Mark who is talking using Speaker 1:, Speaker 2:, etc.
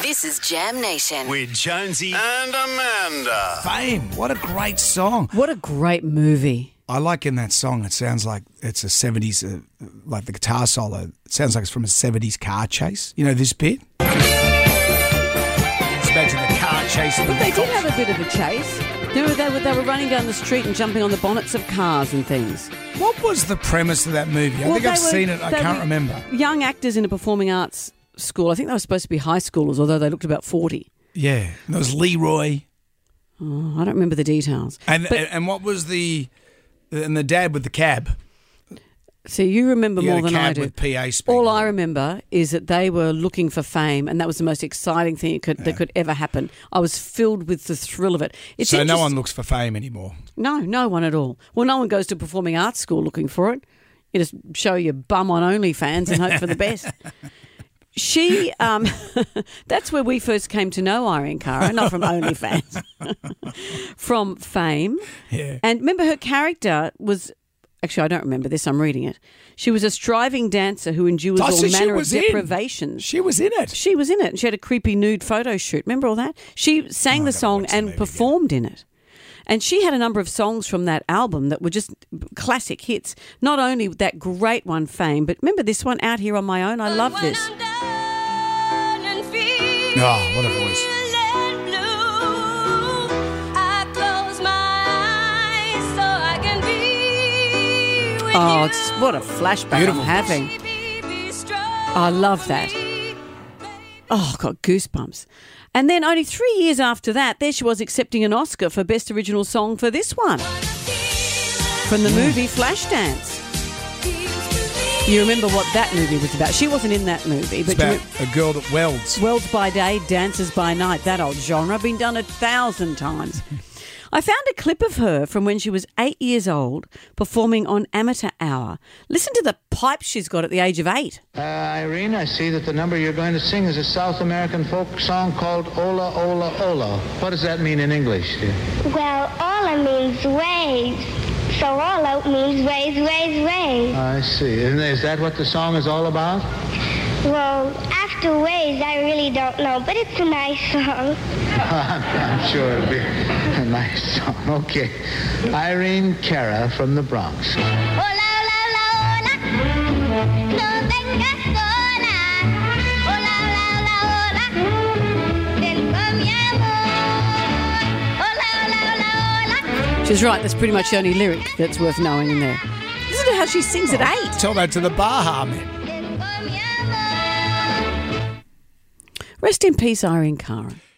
Speaker 1: This is Jam Nation.
Speaker 2: with Jonesy.
Speaker 3: and Amanda.
Speaker 4: Fame. What a great song.
Speaker 5: What a great movie.
Speaker 4: I like in that song, it sounds like it's a 70s, uh, like the guitar solo. It sounds like it's from a 70s car chase. You know, this bit? Just imagine the car chase.
Speaker 5: But they did have a bit of a chase. They were, they, were, they were running down the street and jumping on the bonnets of cars and things.
Speaker 4: What was the premise of that movie? I
Speaker 5: Well,
Speaker 4: think I've
Speaker 5: they were-
Speaker 4: seen it. I
Speaker 5: they
Speaker 4: can't
Speaker 5: were
Speaker 4: remember.
Speaker 5: Young actors in a performing arts school. I think they were supposed to be high schoolers, although they looked about 40.
Speaker 4: Yeah. And there was Leroy.
Speaker 5: Oh, I don't remember the details.
Speaker 4: And,
Speaker 5: But-
Speaker 4: and what was the. And the dad with the cab.
Speaker 5: So you remember
Speaker 4: He had
Speaker 5: more
Speaker 4: a
Speaker 5: than I
Speaker 4: cab
Speaker 5: do.
Speaker 4: with PA speaking.
Speaker 5: All I remember is that they were looking for fame, and that was the most exciting thing it could, that could ever happen. I was filled with the thrill of it. It's
Speaker 4: so no
Speaker 5: interest-
Speaker 4: one looks for fame anymore.
Speaker 5: no, no one at all. Well, no one goes to performing arts school looking for it. You just show your bum on OnlyFans and hope for the best. She, um, that's where we first came to know Irene Cara, not from OnlyFans, from fame.
Speaker 4: Yeah.
Speaker 5: And remember, her character was actually, I don't remember this, I'm reading it. She was a striving dancer who endures
Speaker 4: Oh,
Speaker 5: all
Speaker 4: so she
Speaker 5: manner of
Speaker 4: was in.
Speaker 5: deprivations.
Speaker 4: She was in it.
Speaker 5: She was in it and she had a creepy nude photo shoot. Remember all that? She
Speaker 4: Oh,
Speaker 5: sang the song and performed in it. And she had a number of songs from that album that were just classic hits. Not only that great one, Fame, but remember this one, Out Here on My Own? I love this.
Speaker 4: Oh, what a voice.
Speaker 5: Oh, it's, what a flashback
Speaker 4: Beautiful.
Speaker 5: I'm having. I love that. Oh, got goosebumps. And then only three years after that, there she was accepting an Oscar for Best Original Song for this one from the movie Flashdance. You remember what that movie was about? She wasn't in that movie,
Speaker 4: It's
Speaker 5: but you
Speaker 4: about
Speaker 5: re-
Speaker 4: a girl that welds.
Speaker 5: Worlds by day, dances by night, that old genre, been done a thousand times. I found a clip of her from when she was eight years old performing on Amateur Hour. Listen to the pipe she's got at the age of eight.
Speaker 6: Uh, Irene, I see that the number you're going to sing is a South American folk song called Ola, Ola, Ola. What does that mean in English, dear?
Speaker 7: Well, Ola means waves. So Ola means waves, waves, waves.
Speaker 6: I see. And is that what the song is all about?
Speaker 7: Well, after waves, I really don't know, but it's a nice song.
Speaker 6: I'm sure it'll be a nice song. Okay. Irene Cara from the Bronx.
Speaker 7: Ola, ola, ola, ola. No vengas sola. Ola, ola, ola, ola. Ven con mi amor. Ola, ola, ola, ola.
Speaker 5: She's right, that's pretty much the only lyric that's worth knowing in there. Listen to how she sings at eight.
Speaker 4: Tell that to the Baha men.
Speaker 7: Ven con mi amor.
Speaker 5: Rest in peace, Irene Cara.